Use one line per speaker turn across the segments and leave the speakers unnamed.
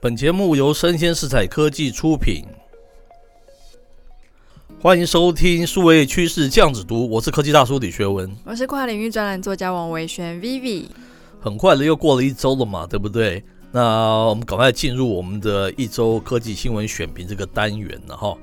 本节目由生鲜食材科技出品，欢迎收听数位趋势酱子读，我是科技大叔李学文。
我是跨领域专栏作家王维轩 Vivi。
很快的又过了一周了嘛，对不对？那我们赶快进入我们的一周科技新闻选评这个单元了哈。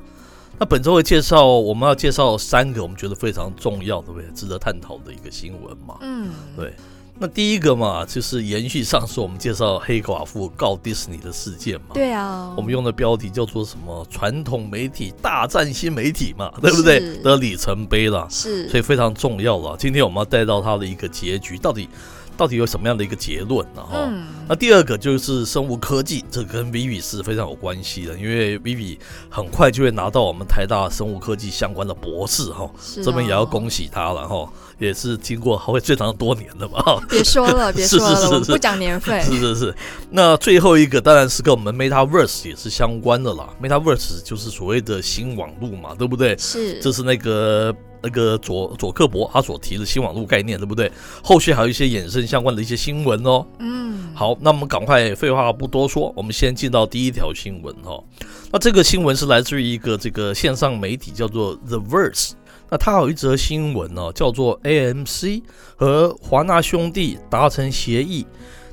那本周的介绍，我们要介绍三个我们觉得非常重要的、对不对值得探讨的一个新闻嘛。
嗯，
对，那第一个嘛，就是延续上次我们介绍黑寡妇告迪士尼的事件嘛。
对啊，
我们用的标题叫做什么？传统媒体大战新媒体嘛，对不对？
是
的里程碑啦，
是
所以非常重要了。今天我们要带到它的一个结局，到底到底有什么样的一个结论呢？哈、
嗯，
那第二个就是生物科技，这个跟 Vivi 是非常有关系的，因为 Vivi 很快就会拿到我们台大生物科技相关的博士哈，
是
这边也要
哦
恭喜他了哈，也是经过好会最长多年的嘛哈。
别说 了，别
是
说
是
了，
是
我们
是
不讲 年份。
是是是，那最后一个当然是跟我们 MetaVerse 也是相关的啦。MetaVerse 就是所谓的新网络嘛，对不对？
是
这是那个那个佐佐克伯他所提的新网络概念，对不对？后续还有一些衍生相关的一些新闻哦。
嗯，
好，那我们赶快废话不多说，我们先进到第一条新闻哈、哦。那这个新闻是来自于一个这个线上媒体叫做 The Verse。那它有一则新闻哦，叫做 AMC 和华纳兄弟达成协议，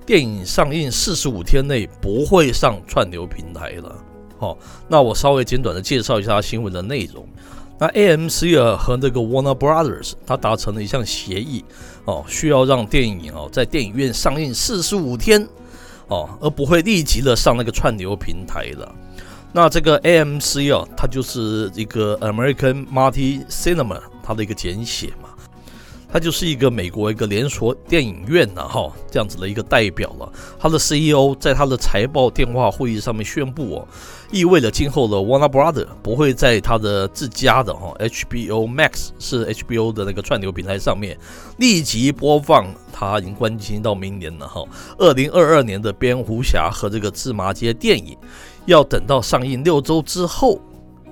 电影上映四十五天内不会上串流平台了。好、那我稍微简短的介绍一下它新闻的内容。那 AMC 啊和这个 Warner Brothers 它达成了一项协议，哦，需要让电影哦在电影院上映四十五天哦，而不会立即的上那个串流平台了。那这个 AMC 哦，它就是一个 American Multi Cinema 它的一个简写嘛，它就是一个美国一个连锁电影院呐、哈、这样子的一个代表了。它的 CEO 在他的财报电话会议上面宣布哦，意味着今后的 Warner Brother 不会在他的自家的哈、HBO 哦 Max 是 HBO 的那个串流平台上面立即播放它已经关机到明年了哈，二零二二年的蝙蝠侠和这个芝麻街电影，要等到上映六周之后，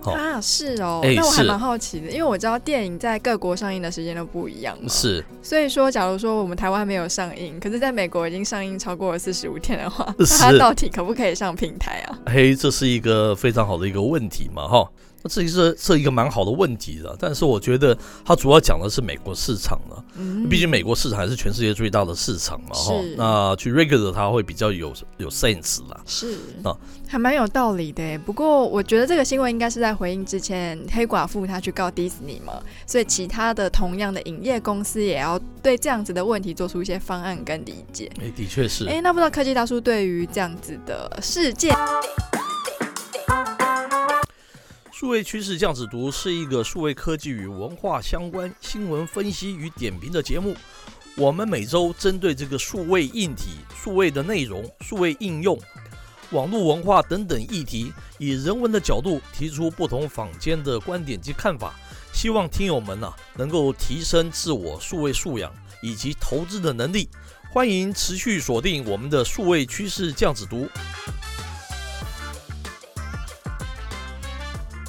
好
啊，是哦。
哎
那我还
是
蛮好奇的，因为我知道电影在各国上映的时间都不一样嘛。。
是
所以说，假如说我们台湾没有上映，可是在美国已经上映超过了四十五天的话，那它
是
到底可不可以上平台啊？
嘿，这是一个非常好的一个问题嘛，哈。那这是这一个蛮好的问题的，但是我觉得它主要讲的是美国市场了，
嗯，
毕竟美国市场还是全世界最大的市场嘛，哈
是。
那去 regular 它会比较有有 sense 啦，
是
啊
还蛮有道理的耶。欸不过我觉得这个新闻应该是在回应之前黑寡妇她去告迪士尼嘛，所以其他的同样的影业公司也要对这样子的问题做出一些方案跟理解。
哎，的确是。
哎、那不知道科技大叔对于这样子的事件，
数位趋势这样子读是一个数位科技与文化相关新闻分析与点评的节目。我们每周针对这个数位硬体、数位的内容、数位应用、网络文化等等议题，以人文的角度提出不同坊间的观点及看法，希望听友们呐、能够提升自我数位素养以及投资的能力。欢迎持续锁定我们的数位趋势这样子读。